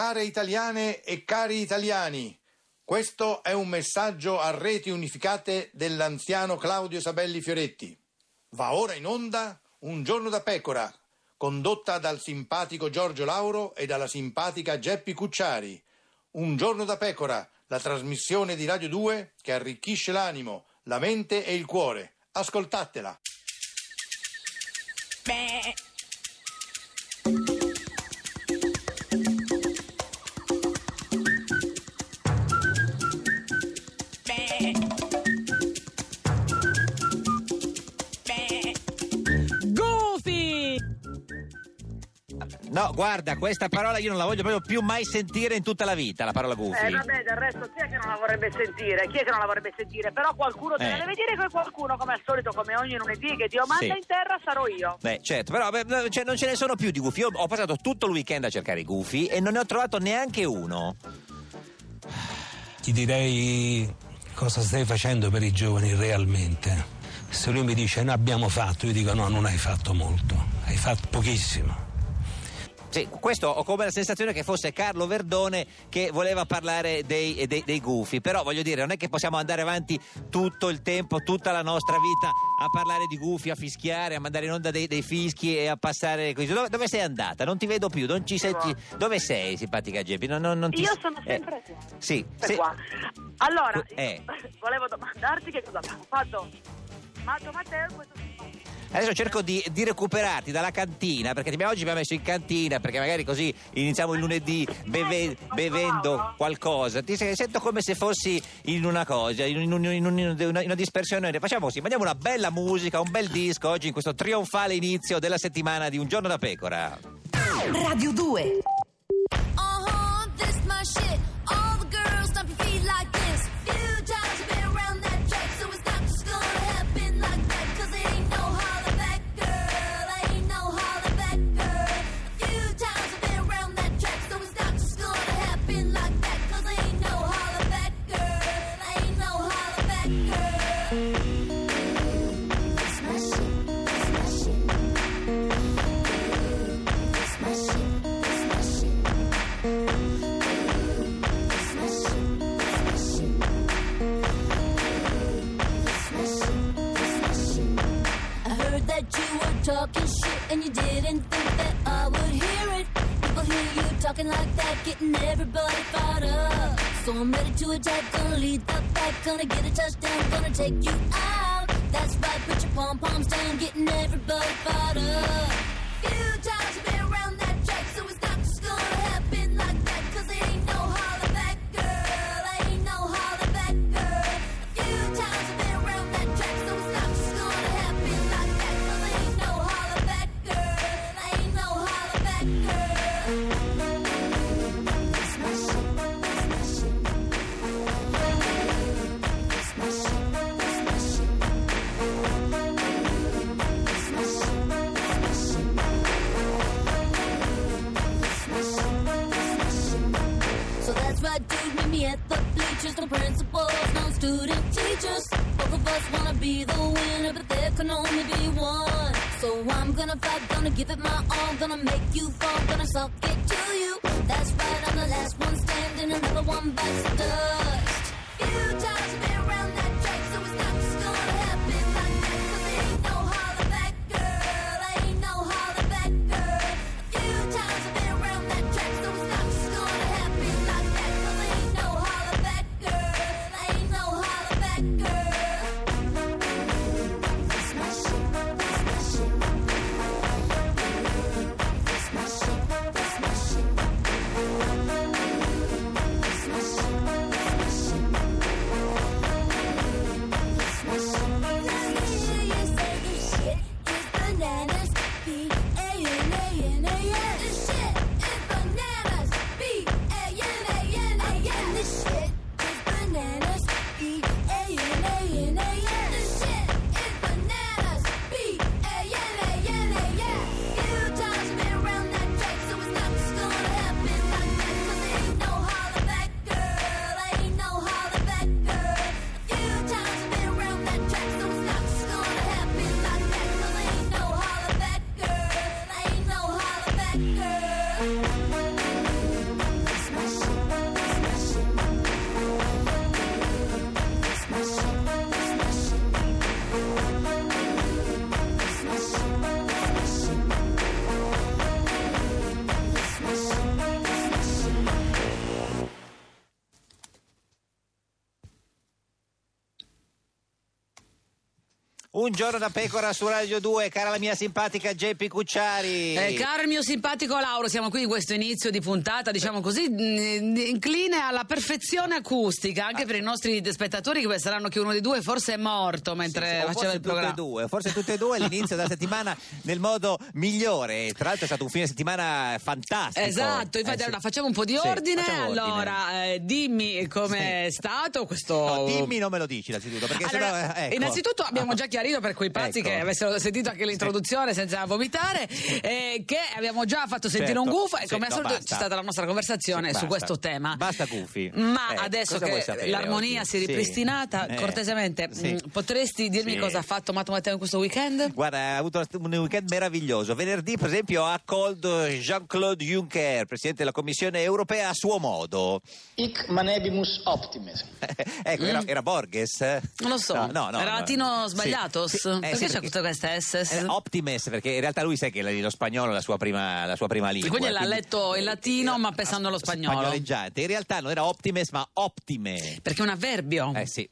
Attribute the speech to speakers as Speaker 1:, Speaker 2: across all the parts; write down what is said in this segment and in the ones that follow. Speaker 1: Care italiane e cari italiani, questo è un messaggio a reti unificate dell'anziano Claudio Sabelli Fioretti. Va ora in onda Un giorno da pecora, condotta dal simpatico Giorgio Lauro e dalla simpatica Geppi Cucciari. Un giorno da pecora, la trasmissione di Radio 2 che arricchisce l'animo, la mente e il cuore. Ascoltatela.
Speaker 2: Goofy!
Speaker 3: No, guarda, questa parola io non la voglio proprio più mai sentire in tutta la vita, la parola goofy.
Speaker 4: Eh vabbè, del resto chi è che non la vorrebbe sentire? Chi è che non la vorrebbe sentire? Però qualcuno te
Speaker 3: Eh.
Speaker 4: la deve dire che qualcuno, come al solito, come ogni lunedì, che Dio manda
Speaker 3: Sì.
Speaker 4: in terra sarò io.
Speaker 3: Beh, certo, però beh, no, cioè, non ce ne sono più di gufi. Io ho passato tutto il weekend a cercare i gufi e non ne ho trovato neanche uno.
Speaker 5: Gli direi cosa stai facendo per i giovani realmente. Se lui mi dice no abbiamo fatto, io dico no, non hai fatto molto, hai fatto pochissimo.
Speaker 3: Sì, questo ho come la sensazione che fosse Carlo Verdone che voleva parlare dei, eh, dei- dei gufi. Però voglio dire, non è che possiamo andare avanti tutto il tempo, tutta la nostra vita a parlare di gufi, a fischiare, a mandare in onda dei, dei fischi e a passare. così. Dove, dove sei andata? Non ti vedo più, non ci sei. ci- Dove sei, simpatica Geppi? Non- non- non ti-
Speaker 4: Io sono
Speaker 3: eh,
Speaker 4: sempre qua.
Speaker 3: sì,
Speaker 4: Sempre
Speaker 3: sì.
Speaker 4: qua. Allora, io
Speaker 3: Eh.
Speaker 4: volevo domandarti che cosa abbiamo fatto. Mato Matteo, questo
Speaker 3: Adesso cerco di, di recuperarti dalla cantina, perché ti abbiamo- oggi mi ha messo in cantina, perché magari così iniziamo il lunedì beve- bevendo qualcosa. Ti se- sento come se fossi in una cosa, in, un- in un- in una, in una dispersione. Facciamo così, mandiamo una bella musica, un bel disco oggi in questo trionfale inizio della settimana di Un giorno da pecora.
Speaker 6: Radio 2
Speaker 7: Uh-huh, this my shit. All the girls stomp your feet like this. Few times you've been around that track, so it's not just gonna happen like that. Cause there ain't no holler back, girl. Ain't no holler back, girl. Few times you've been around that track, so it's not just gonna happen like that. Cause there ain't no holler back, girl. Ain't no holler back, girl. This my shit. This my shit. This my shit. This my shit. I heard that you were talking shit and you didn't think that I would hear it. People hear you talking like that, getting everybody fired up. So I'm ready to attack, gonna lead the fight, gonna get a touchdown, gonna take you out. That's right, put your pom poms down, getting everybody fired up. Few times you've been around that track, so it's not just gonna happen like that, cause there ain't no holler back, girl. Ain't no holler back, girl. Few times you've been around that track, so it's not just gonna happen like that, cause there ain't no holler back, girl. Ain't no holler back, girl. It's my shit, it's my shit. It's my shit, it's my shit. It's my shit, it's my shit. So that's right, dude. Meet me at the bleachers. No principals, no student teachers. Both of us wanna be the winner, but there can only be one. So I'm gonna fight, gonna give it my all, gonna make you fall, gonna suck it to you. That's right, I'm the last one standing, another one bites the dust. Few times I've been around that track, so it's not just gonna happen like that. 'Cause there ain't no holler back, girl. Ain't no holler back, girl. Few times I've been around that track, so it's not just gonna happen like that. 'Cause there ain't no holler back, girl. Ain't no holler back, girl. This my shit. This my shit. This my shit. This my shit. This my shit. This my shit.
Speaker 3: Un giorno da pecora su Radio 2, cara la mia simpatica Geppi Cucciari.
Speaker 2: Eh, caro il mio simpatico Lauro, siamo qui in questo inizio di puntata, diciamo
Speaker 3: Eh.
Speaker 2: così, mh, incline alla perfezione acustica,
Speaker 3: Ah.
Speaker 2: anche per i nostri spettatori che penseranno che uno di due forse è
Speaker 3: Sì,
Speaker 2: morto
Speaker 3: sì,
Speaker 2: mentre
Speaker 3: o
Speaker 2: faceva
Speaker 3: forse
Speaker 2: il
Speaker 3: tutte e
Speaker 2: programma.
Speaker 3: due, forse tutte e due l'inizio della settimana nel modo migliore. Tra l'altro è stato un fine settimana fantastico.
Speaker 2: Esatto,
Speaker 3: Eh,
Speaker 2: infatti
Speaker 3: sì.
Speaker 2: allora facciamo un po' di
Speaker 3: Sì,
Speaker 2: ordine.
Speaker 3: facciamo ordine.
Speaker 2: allora, eh, dimmi com'è stato questo.
Speaker 3: No, dimmi, non me lo dici innanzitutto. Perché
Speaker 2: Allora,
Speaker 3: sennò, eh, ecco.
Speaker 2: Innanzitutto abbiamo già chiarito per quei pazzi
Speaker 3: Ecco.
Speaker 2: che avessero sentito anche l'introduzione senza vomitare, eh, che abbiamo già fatto sentire
Speaker 3: Certo.
Speaker 2: un gufo
Speaker 3: Sì,
Speaker 2: e
Speaker 3: no,
Speaker 2: come al solito
Speaker 3: basta.
Speaker 2: c'è stata la nostra
Speaker 3: Sì,
Speaker 2: conversazione su
Speaker 3: basta.
Speaker 2: questo tema.
Speaker 3: Basta gufi.
Speaker 2: Ma
Speaker 3: Eh,
Speaker 2: adesso
Speaker 3: cosa vuoi
Speaker 2: che
Speaker 3: sapere
Speaker 2: l'armonia
Speaker 3: oggi?
Speaker 2: si è
Speaker 3: Sì.
Speaker 2: ripristinata,
Speaker 3: Eh,
Speaker 2: cortesemente,
Speaker 3: sì.
Speaker 2: mh, potresti dirmi
Speaker 3: Sì.
Speaker 2: cosa ha fatto Matteo Matteo in questo weekend?
Speaker 3: Guarda, ha avuto un weekend meraviglioso. Venerdì, per esempio, ha accolto Jean-Claude Juncker, presidente della Commissione europea, a suo modo.
Speaker 8: Hic manebimus optimis.
Speaker 3: ecco, era, era Borges. eh?
Speaker 2: Non lo so,
Speaker 3: No, no, no,
Speaker 2: era
Speaker 3: no.
Speaker 2: latino
Speaker 3: Sì.
Speaker 2: sbagliato?
Speaker 3: Sì, eh, sì,
Speaker 2: perché c'è tutta questa SS?
Speaker 3: Eh, Optimes, perché in realtà lui sa che lo spagnolo è la sua prima, la sua prima lingua.
Speaker 2: Quindi l'ha letto in latino, ma pensando allo spagnolo.
Speaker 3: Spagnoleggiante. In realtà non era Optimes, ma Optime.
Speaker 2: Perché è un avverbio.
Speaker 3: Eh sì.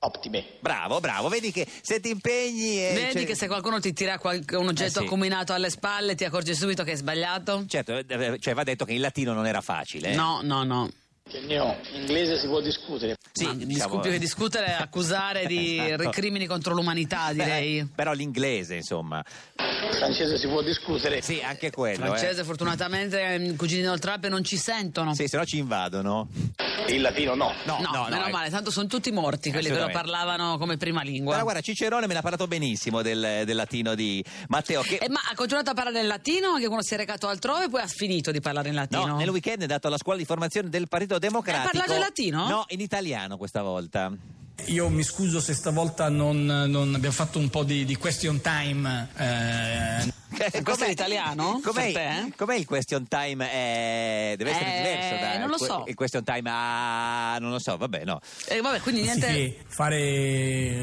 Speaker 8: Optime.
Speaker 3: Bravo, bravo. Vedi che se ti impegni. e
Speaker 2: Vedi
Speaker 3: cioè-
Speaker 2: che se qualcuno ti tira qualche- un oggetto
Speaker 3: Eh sì.
Speaker 2: accuminato alle spalle ti accorgi subito che è sbagliato?
Speaker 3: Certo, eh, cioè va detto che il latino non era facile. eh.
Speaker 2: No, no, no.
Speaker 8: Che ne ho? In inglese si può discutere.
Speaker 3: Sì,
Speaker 2: Ma
Speaker 3: diciamo-
Speaker 2: discu- più che discutere, accusare di
Speaker 3: Esatto.
Speaker 2: crimini contro l'umanità, direi.
Speaker 3: Beh, eh, però l'inglese, insomma.
Speaker 8: In francese si può discutere.
Speaker 3: Sì, anche quello.
Speaker 2: Francese, fortunatamente, i cugini del trap non ci sentono.
Speaker 3: Eh. Sì, se no ci invadono.
Speaker 8: Il latino no.
Speaker 2: No, meno
Speaker 3: eh.
Speaker 2: male, tanto sono tutti morti quelli che lo
Speaker 3: Assolutamente.
Speaker 2: parlavano come prima lingua.
Speaker 3: Però guarda, Cicerone me ne ha parlato benissimo del, del latino di Matteo. Che...
Speaker 2: Eh, ma ha continuato a parlare in latino anche quando si è recato altrove e poi ha finito di parlare in
Speaker 3: No,
Speaker 2: latino.
Speaker 3: nel weekend è dato alla scuola di formazione del Partito Democratico.
Speaker 2: Ha parlato in latino?
Speaker 3: No, in italiano questa volta.
Speaker 9: Io mi scuso se stavolta non, non abbiamo fatto un po' di, di question time. eh,
Speaker 2: questo
Speaker 3: Com'è-
Speaker 2: è l'italiano?
Speaker 3: Com'è,
Speaker 2: Per te?
Speaker 3: com'è il question time? Eh, deve essere
Speaker 2: Eh,
Speaker 3: diverso. Da,
Speaker 2: non lo so.
Speaker 3: Il question time, ah, non lo so, vabbè, no.
Speaker 2: Eh, vabbè, quindi niente.
Speaker 9: anziché fare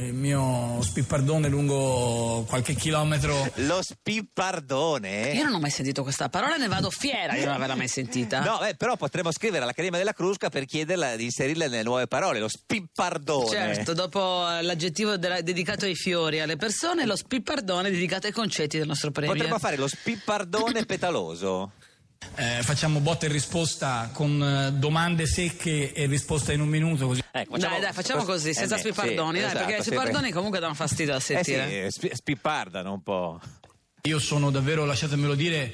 Speaker 9: il mio spippardone lungo qualche chilometro.
Speaker 3: Lo spippardone.
Speaker 2: Io non ho mai sentito questa parola, ne vado fiera di non averla mai sentita.
Speaker 3: No, eh, però potremmo scrivere all'Accademia della Crusca per chiederla di inserirla nelle nuove parole, lo spippardone.
Speaker 2: Certo, dopo eh, l'aggettivo della- dedicato ai fiori e alle persone, lo spippardone dedicato ai concetti del nostro premio.
Speaker 3: Potremmo fare lo spippardone petaloso.
Speaker 9: Eh, facciamo botta e risposta con eh, domande secche e risposta in un minuto. Così.
Speaker 3: Ecco,
Speaker 2: dai, dai, facciamo così, senza
Speaker 3: eh, beh,
Speaker 2: spippardoni,
Speaker 3: sì,
Speaker 2: dai,
Speaker 3: esatto,
Speaker 2: perché i
Speaker 3: sì,
Speaker 2: spippardoni comunque danno fastidio da
Speaker 3: Eh sì,
Speaker 2: sentire.
Speaker 3: eh, spi- spippardano un po'.
Speaker 9: Io sono davvero, lasciatemelo dire,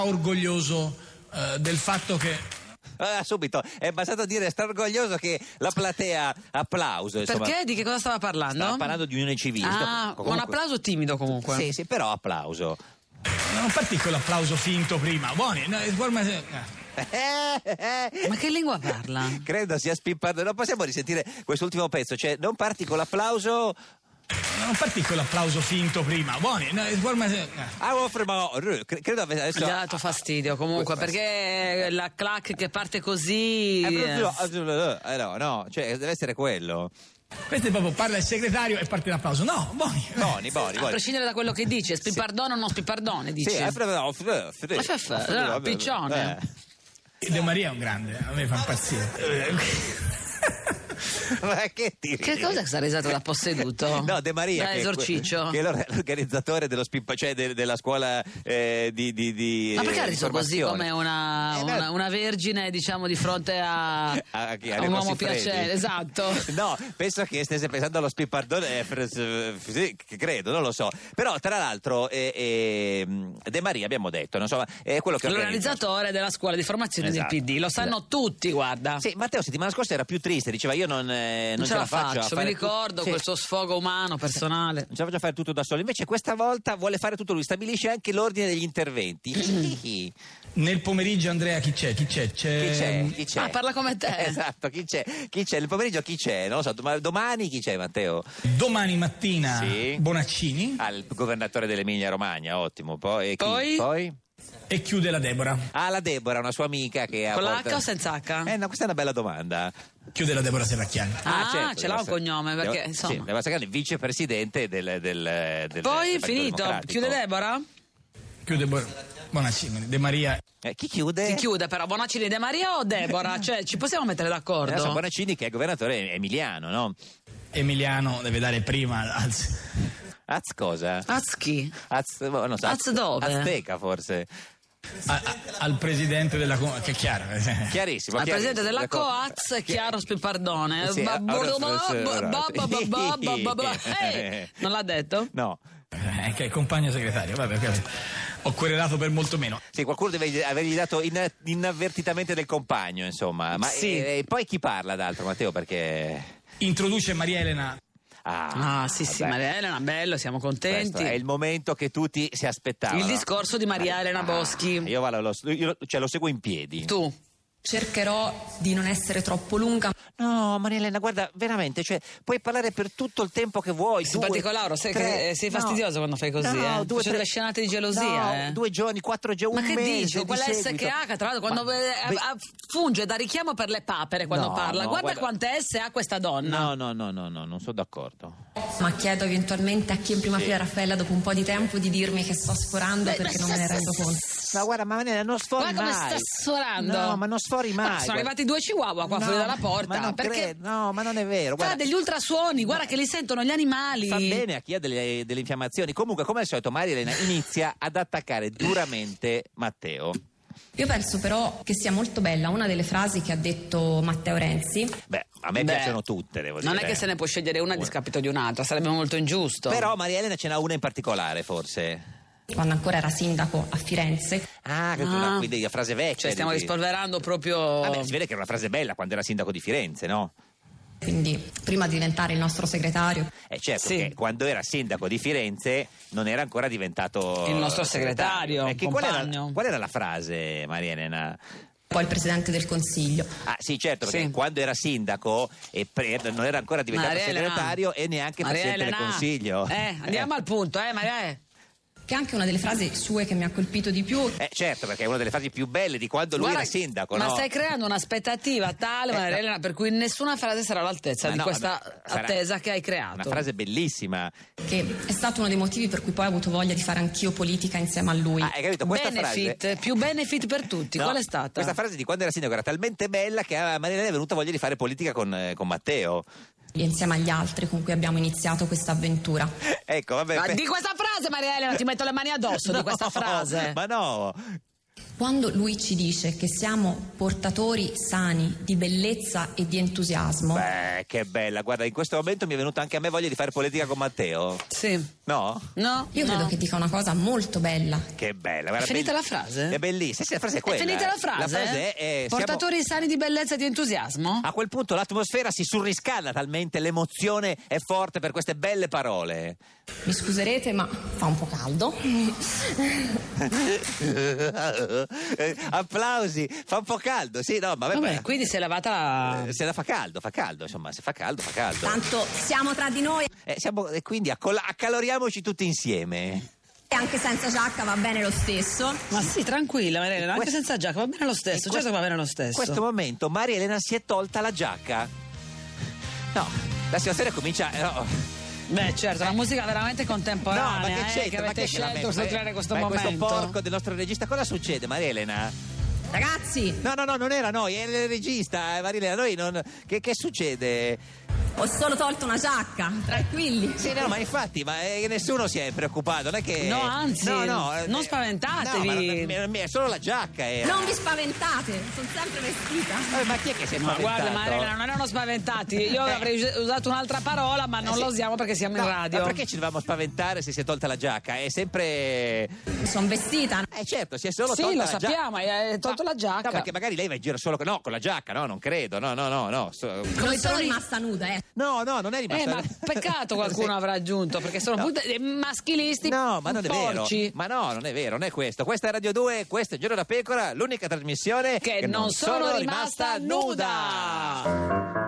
Speaker 9: straorgoglioso eh, del fatto che.
Speaker 3: Ah, subito, è bastato dire straorgoglioso che la platea applauso. Insomma,
Speaker 2: Perché? Di che cosa stava parlando?
Speaker 3: Stava parlando di unione civile. ecco,
Speaker 2: Ah,
Speaker 3: Comunque-
Speaker 2: un applauso timido comunque.
Speaker 3: Sì, sì, però applauso.
Speaker 9: Non fatti quell'applauso finto prima. Buoni, no, guarda, eh.
Speaker 2: Ma che lingua parla?
Speaker 3: Credo sia spippardone. Non possiamo risentire quest'ultimo pezzo, cioè non parti con l'applauso.
Speaker 9: Non farti quell'applauso finto prima, buoni, no, guarda, eh.
Speaker 3: Ah, offre, ma cre- credo avesse
Speaker 2: Gli
Speaker 3: adesso.
Speaker 2: ha dato fastidio comunque, perché la clac che parte così...
Speaker 3: Eh, però-
Speaker 2: eh,
Speaker 3: eh, no, no, cioè deve essere quello.
Speaker 9: questo è proprio parla il segretario e parte l'applauso. No, buoni.
Speaker 3: Boni, boni,
Speaker 2: A
Speaker 3: boni.
Speaker 2: prescindere da quello che dice, spippardone o non spippardone, dice.
Speaker 3: Sì, eh, però- no, fr- fr-
Speaker 2: Ma fa- fa-
Speaker 3: fr-
Speaker 2: no,
Speaker 3: vabbè, eh.
Speaker 2: piccione.
Speaker 9: De Maria è un grande, a me fa impazzire.
Speaker 3: eh. Ma che ti
Speaker 2: Che
Speaker 3: ridi?
Speaker 2: cos'è questa risata da posseduto?
Speaker 3: No, De Maria,
Speaker 2: Da
Speaker 3: che,
Speaker 2: esorciccio.
Speaker 3: che è l'or- l'organizzatore dello spippa, cioè de- della scuola eh, di, di, di.
Speaker 2: Ma perché
Speaker 3: eh,
Speaker 2: ha
Speaker 3: di
Speaker 2: riso così
Speaker 3: formazione?
Speaker 2: come una,
Speaker 3: Eh, beh,
Speaker 2: una, una vergine, diciamo, di fronte a,
Speaker 3: a chi? A
Speaker 2: a
Speaker 3: Rino
Speaker 2: un uomo
Speaker 3: Siffredi?
Speaker 2: piacere? Esatto.
Speaker 3: No, penso che stesse pensando allo spippardone, eh, fr- s- sì, che credo, non lo so. Però, tra l'altro, eh, eh, De Maria, abbiamo detto, non so, ma è quello che organizza.
Speaker 2: L'organizzatore della scuola di formazione
Speaker 3: Esatto.
Speaker 2: del PD, lo sanno tutti, guarda.
Speaker 3: Sì, Matteo settimana scorsa era più triste, diceva io non, eh, non
Speaker 2: non, ce la faccio,
Speaker 3: a
Speaker 2: mi
Speaker 3: fare
Speaker 2: ricordo
Speaker 3: tu- sì,
Speaker 2: questo sfogo umano, personale.
Speaker 3: Non ce la faccio a fare tutto da solo. Invece questa volta vuole fare tutto lui, stabilisce anche l'ordine degli interventi. chi
Speaker 9: Nel pomeriggio Andrea chi c'è? Chi c'è?
Speaker 3: c'è? Chi c'è?
Speaker 2: Ah, parla come te.
Speaker 3: Esatto, chi c'è? Chi c'è? Nel pomeriggio chi c'è? Non lo so, dom- domani chi c'è Matteo?
Speaker 9: Domani mattina
Speaker 3: Sì.
Speaker 9: Bonaccini
Speaker 3: Al governatore dell'Emilia Romagna, ottimo. Poi, e chi?
Speaker 2: Poi?
Speaker 9: e chiude la Debora.
Speaker 3: Ah, la Debora, una sua amica che ha.
Speaker 2: Con la H
Speaker 3: portato-
Speaker 2: o senza H?
Speaker 3: Eh, no, questa è una bella domanda. certo,
Speaker 9: Chiude la Debora Serracchiani.
Speaker 2: Ah, ce
Speaker 3: deve
Speaker 2: l'ha un
Speaker 3: essere-
Speaker 2: cognome, perché,
Speaker 3: deve-
Speaker 2: insomma.
Speaker 3: Sì, deve essere il vicepresidente del. del, del del
Speaker 2: Poi
Speaker 3: Partito
Speaker 2: finito,
Speaker 3: Democratico.
Speaker 2: chiude Deborah?
Speaker 9: Chiude Bo- Bonaccini, De Maria.
Speaker 3: Eh, chi chiude?
Speaker 2: Si chiude però, Bonaccini De Maria o Deborah? Cioè, ci possiamo mettere d'accordo?
Speaker 3: Eh. Adesso Bonaccini che è governatore emiliano, no?
Speaker 9: Emiliano deve dare prima al-
Speaker 3: Az cosa?
Speaker 2: Azchi.
Speaker 3: Az, boh, non so,
Speaker 2: Ah. Az dove?
Speaker 3: Azteca forse.
Speaker 9: A- a- al presidente della com- che è chiaro.
Speaker 3: Chiarissimo.
Speaker 2: Al presidente
Speaker 3: chiarissimo.
Speaker 2: della
Speaker 3: Co-
Speaker 2: Coaz è chiaro Spipardone.
Speaker 3: Sì,
Speaker 2: Ba-
Speaker 3: ora-
Speaker 2: bo- bo- bo- bo- bo- bo- bo- bo- bo- Eh, Non l'ha detto?
Speaker 3: No.
Speaker 9: Eh, che è il compagno segretario, vabbè, ok. ho querelato per molto meno.
Speaker 3: Sì, qualcuno deve avergli dato in- inavvertitamente del compagno, insomma. Ma eh,
Speaker 2: Sì.
Speaker 3: e, e poi chi parla d'altro, Matteo? Perché.
Speaker 9: Introduce Maria Elena.
Speaker 3: Ah,
Speaker 2: Ah, sì, sì,
Speaker 3: vabbè.
Speaker 2: Maria Elena, bello, siamo
Speaker 3: Questo
Speaker 2: contenti.
Speaker 3: è il momento che tutti si aspettavano. Eh, ah,
Speaker 2: Il discorso di Maria Elena Boschi.
Speaker 3: Io, vado, lo, io- cioè, lo seguo in piedi.
Speaker 2: Tu.
Speaker 7: Cercherò di non essere troppo lunga.
Speaker 3: No, Maria Elena, guarda, veramente, cioè, puoi parlare per tutto il tempo che vuoi.
Speaker 2: Simpatico Lauro, sai che, eh, sei fastidioso quando fai così, eh. Faccio delle scenate di gelosia,
Speaker 3: No,
Speaker 2: eh.
Speaker 3: due giorni, quattro giorni, un
Speaker 2: Ma che
Speaker 3: mese
Speaker 2: dici?
Speaker 3: di
Speaker 2: Quella
Speaker 3: seguito.
Speaker 2: SCH, tra l'altro, quando
Speaker 3: Ma-
Speaker 2: eh,
Speaker 3: Beh,
Speaker 2: a- a- funge da richiamo per le papere quando
Speaker 3: No,
Speaker 2: parla.
Speaker 3: no,
Speaker 2: guarda,
Speaker 3: guarda-
Speaker 2: quante S ha questa donna.
Speaker 3: No, no, no, no, no, non sono d'accordo.
Speaker 7: Ma chiedo eventualmente a chi in prima fila Raffaella dopo un po' di tempo di dirmi che sto sforando
Speaker 2: Beh,
Speaker 7: perché
Speaker 2: beh,
Speaker 7: non me ne
Speaker 2: sta-
Speaker 7: rendo conto.
Speaker 3: Ma guarda, ma Maria Elena, non sfori
Speaker 2: Guarda come
Speaker 3: mai.
Speaker 2: sta sforando.
Speaker 3: No, ma non sfori mai.
Speaker 2: Guarda, sono
Speaker 3: guarda.
Speaker 2: arrivati due chihuahua qua
Speaker 3: No,
Speaker 2: fuori dalla porta.
Speaker 3: ma non
Speaker 2: perché
Speaker 3: credo, no, ma non è vero.
Speaker 2: fa
Speaker 3: Guarda,
Speaker 2: Cioè, degli ultrasuoni, guarda che li sentono gli animali.
Speaker 3: Fa bene a chi ha delle, delle infiammazioni. Comunque, come al solito, Maria Elena inizia ad attaccare duramente Matteo.
Speaker 7: Io penso però che sia molto bella una delle frasi che ha detto Matteo Renzi.
Speaker 3: Beh, a me
Speaker 2: Beh,
Speaker 3: piacciono tutte, devo dire.
Speaker 2: Non è che se ne può scegliere una a discapito di un'altra, sarebbe molto ingiusto.
Speaker 3: Però Maria Elena ce n'ha una in particolare, forse.
Speaker 7: quando ancora era sindaco a Firenze.
Speaker 3: Ah, che una, quindi una frase vecchia.
Speaker 2: Cioè, stiamo
Speaker 3: dici.
Speaker 2: rispolverando proprio.
Speaker 3: Vabbè, si vede che era una frase bella quando era sindaco di Firenze, no?
Speaker 7: Quindi prima di diventare il nostro segretario,
Speaker 3: Eh, certo,
Speaker 2: Sì.
Speaker 3: che quando era sindaco di Firenze non era ancora diventato...
Speaker 2: Il nostro segretario,
Speaker 3: Eh, che- qual, era,
Speaker 2: compagno.
Speaker 3: qual era la frase, Maria Elena?
Speaker 7: poi il presidente del consiglio.
Speaker 3: Ah sì, certo, perché
Speaker 2: Sì.
Speaker 3: quando era sindaco e pre- non era ancora diventato
Speaker 2: Maria Elena.
Speaker 3: segretario e neanche
Speaker 2: Maria
Speaker 3: presidente del
Speaker 2: Elena.
Speaker 3: Consiglio.
Speaker 2: Eh, andiamo al punto, eh, Maria. eh.
Speaker 7: Che è anche una delle frasi sue che mi ha colpito di più.
Speaker 3: Eh, certo, perché è una delle frasi più belle di quando lui
Speaker 2: Guarda,
Speaker 3: era sindaco,
Speaker 2: Ma
Speaker 3: no? Eh,
Speaker 2: stai creando un'aspettativa tale, Maria
Speaker 3: no.
Speaker 2: Elena, per cui nessuna frase sarà all'altezza
Speaker 3: Ma
Speaker 2: di
Speaker 3: no,
Speaker 2: questa
Speaker 3: vabbè, sarà
Speaker 2: attesa che hai creato.
Speaker 3: Una frase bellissima.
Speaker 7: che è stato uno dei motivi per cui poi ho avuto voglia di fare anch'io politica insieme a lui.
Speaker 3: Ah, hai capito? Questa
Speaker 2: benefit,
Speaker 3: frase...
Speaker 2: più benefit per tutti,
Speaker 3: No,
Speaker 2: qual è stata?
Speaker 3: Questa frase di quando era sindaco era talmente bella che a Maria Elena è venuta voglia di fare politica con, eh, con Matteo.
Speaker 7: E insieme agli altri con cui abbiamo iniziato questa avventura.
Speaker 3: Ecco, vabbè.
Speaker 2: Ma
Speaker 3: per-
Speaker 2: Ah, di questa frase, Maria Elena, ti metto le mani addosso
Speaker 3: No,
Speaker 2: di questa frase.
Speaker 3: Ma no,
Speaker 7: Quando lui ci dice che siamo portatori sani di bellezza e di entusiasmo,
Speaker 3: beh, che bella. Guarda, in questo momento mi è venuta anche a me voglia di fare politica con Matteo.
Speaker 2: Sì.
Speaker 3: No?
Speaker 2: No?
Speaker 7: io credo
Speaker 2: No.
Speaker 7: che dica una cosa molto bella.
Speaker 3: Che bella. guarda,
Speaker 2: È finita
Speaker 3: bell-
Speaker 2: la frase?
Speaker 3: È bellissima. Sì, la frase è quella.
Speaker 2: È finita la
Speaker 3: eh.
Speaker 2: frase?
Speaker 3: La frase è... eh, siamo- Ah,
Speaker 2: Portatori sani di bellezza e di entusiasmo?
Speaker 3: A quel punto l'atmosfera si surriscalda talmente l'emozione è forte per queste belle parole.
Speaker 7: Mi scuserete, ma fa un po' caldo.
Speaker 3: Eh, Applausi, fa un po' caldo, sì, no, ma vabbè,
Speaker 2: Vabbè, quindi si è lavata la...
Speaker 3: eh, se la fa caldo, fa caldo, insomma, se fa caldo, fa caldo.
Speaker 7: Tanto siamo tra di noi
Speaker 3: Eh, siamo- e quindi accol- accaloriamoci tutti insieme.
Speaker 7: e anche senza giacca va bene lo stesso.
Speaker 2: Ma sì, tranquilla, Maria Elena, anche
Speaker 3: Questo-
Speaker 2: senza giacca, va bene lo stesso,
Speaker 3: In
Speaker 2: certo
Speaker 3: questo-
Speaker 2: che va bene lo
Speaker 3: In
Speaker 2: stesso.
Speaker 3: questo momento Maria Elena si è tolta la giacca. No, la situazione comincia... eh, no.
Speaker 2: Beh, certo, la musica veramente
Speaker 3: No,
Speaker 2: contemporanea
Speaker 3: ma che
Speaker 2: eh,
Speaker 3: c'entra?
Speaker 2: che
Speaker 3: ma
Speaker 2: avete
Speaker 3: che la
Speaker 2: scelto
Speaker 3: metto?
Speaker 2: per
Speaker 3: Ma-
Speaker 2: creare questo
Speaker 3: ma in
Speaker 2: momento.
Speaker 3: questo porco del nostro regista, cosa succede, Maria Elena?
Speaker 7: Ragazzi,
Speaker 3: No, no, no, non era noi, era il regista, eh, Maria Elena, noi non... Che, che succede?
Speaker 7: ho solo tolto una giacca, tranquilli.
Speaker 3: Sì, no, ma infatti, ma eh, nessuno si è preoccupato, non è che...
Speaker 2: No, anzi,
Speaker 3: No, no, eh,
Speaker 2: non spaventatevi.
Speaker 3: no, ma non- mi- mi- è solo la giacca era.
Speaker 7: Non vi spaventate, sono sempre vestita.
Speaker 3: Vabbè, ma chi è che si è
Speaker 2: Ma
Speaker 3: spaventato?
Speaker 2: guarda, Maria Elena, non erano spaventati. Io avrei us- usato un'altra parola, ma Ah, non
Speaker 3: Eh. sì.
Speaker 2: la usiamo perché siamo
Speaker 3: No,
Speaker 2: in
Speaker 3: Ma
Speaker 2: radio.
Speaker 3: perché ci dovevamo spaventare se si è tolta la giacca? È sempre... Eh
Speaker 7: Sono vestita.
Speaker 3: certo, si è solo
Speaker 2: Sì,
Speaker 3: tolta
Speaker 2: lo
Speaker 3: la
Speaker 2: sappiamo,
Speaker 3: giacca.
Speaker 2: hai tolto
Speaker 3: Ma-
Speaker 2: la giacca.
Speaker 3: No, perché magari lei va in giro solo con... No, con la giacca, no, non credo, no, no, no, no. so-
Speaker 7: Non sono
Speaker 2: Tony.
Speaker 7: rimasta nuda, eh.
Speaker 3: No, no, non è
Speaker 2: Eh,
Speaker 3: rimasto.
Speaker 2: ma peccato qualcuno avrà aggiunto, perché sono
Speaker 3: No.
Speaker 2: put- eh, maschilisti.
Speaker 3: No, ma non è vero.
Speaker 2: porci.
Speaker 3: Ma no, non è vero, non è questo. Questa è Radio 2, questo è Giorno da Pecora, l'unica trasmissione
Speaker 2: Che non sono rimasta nuda.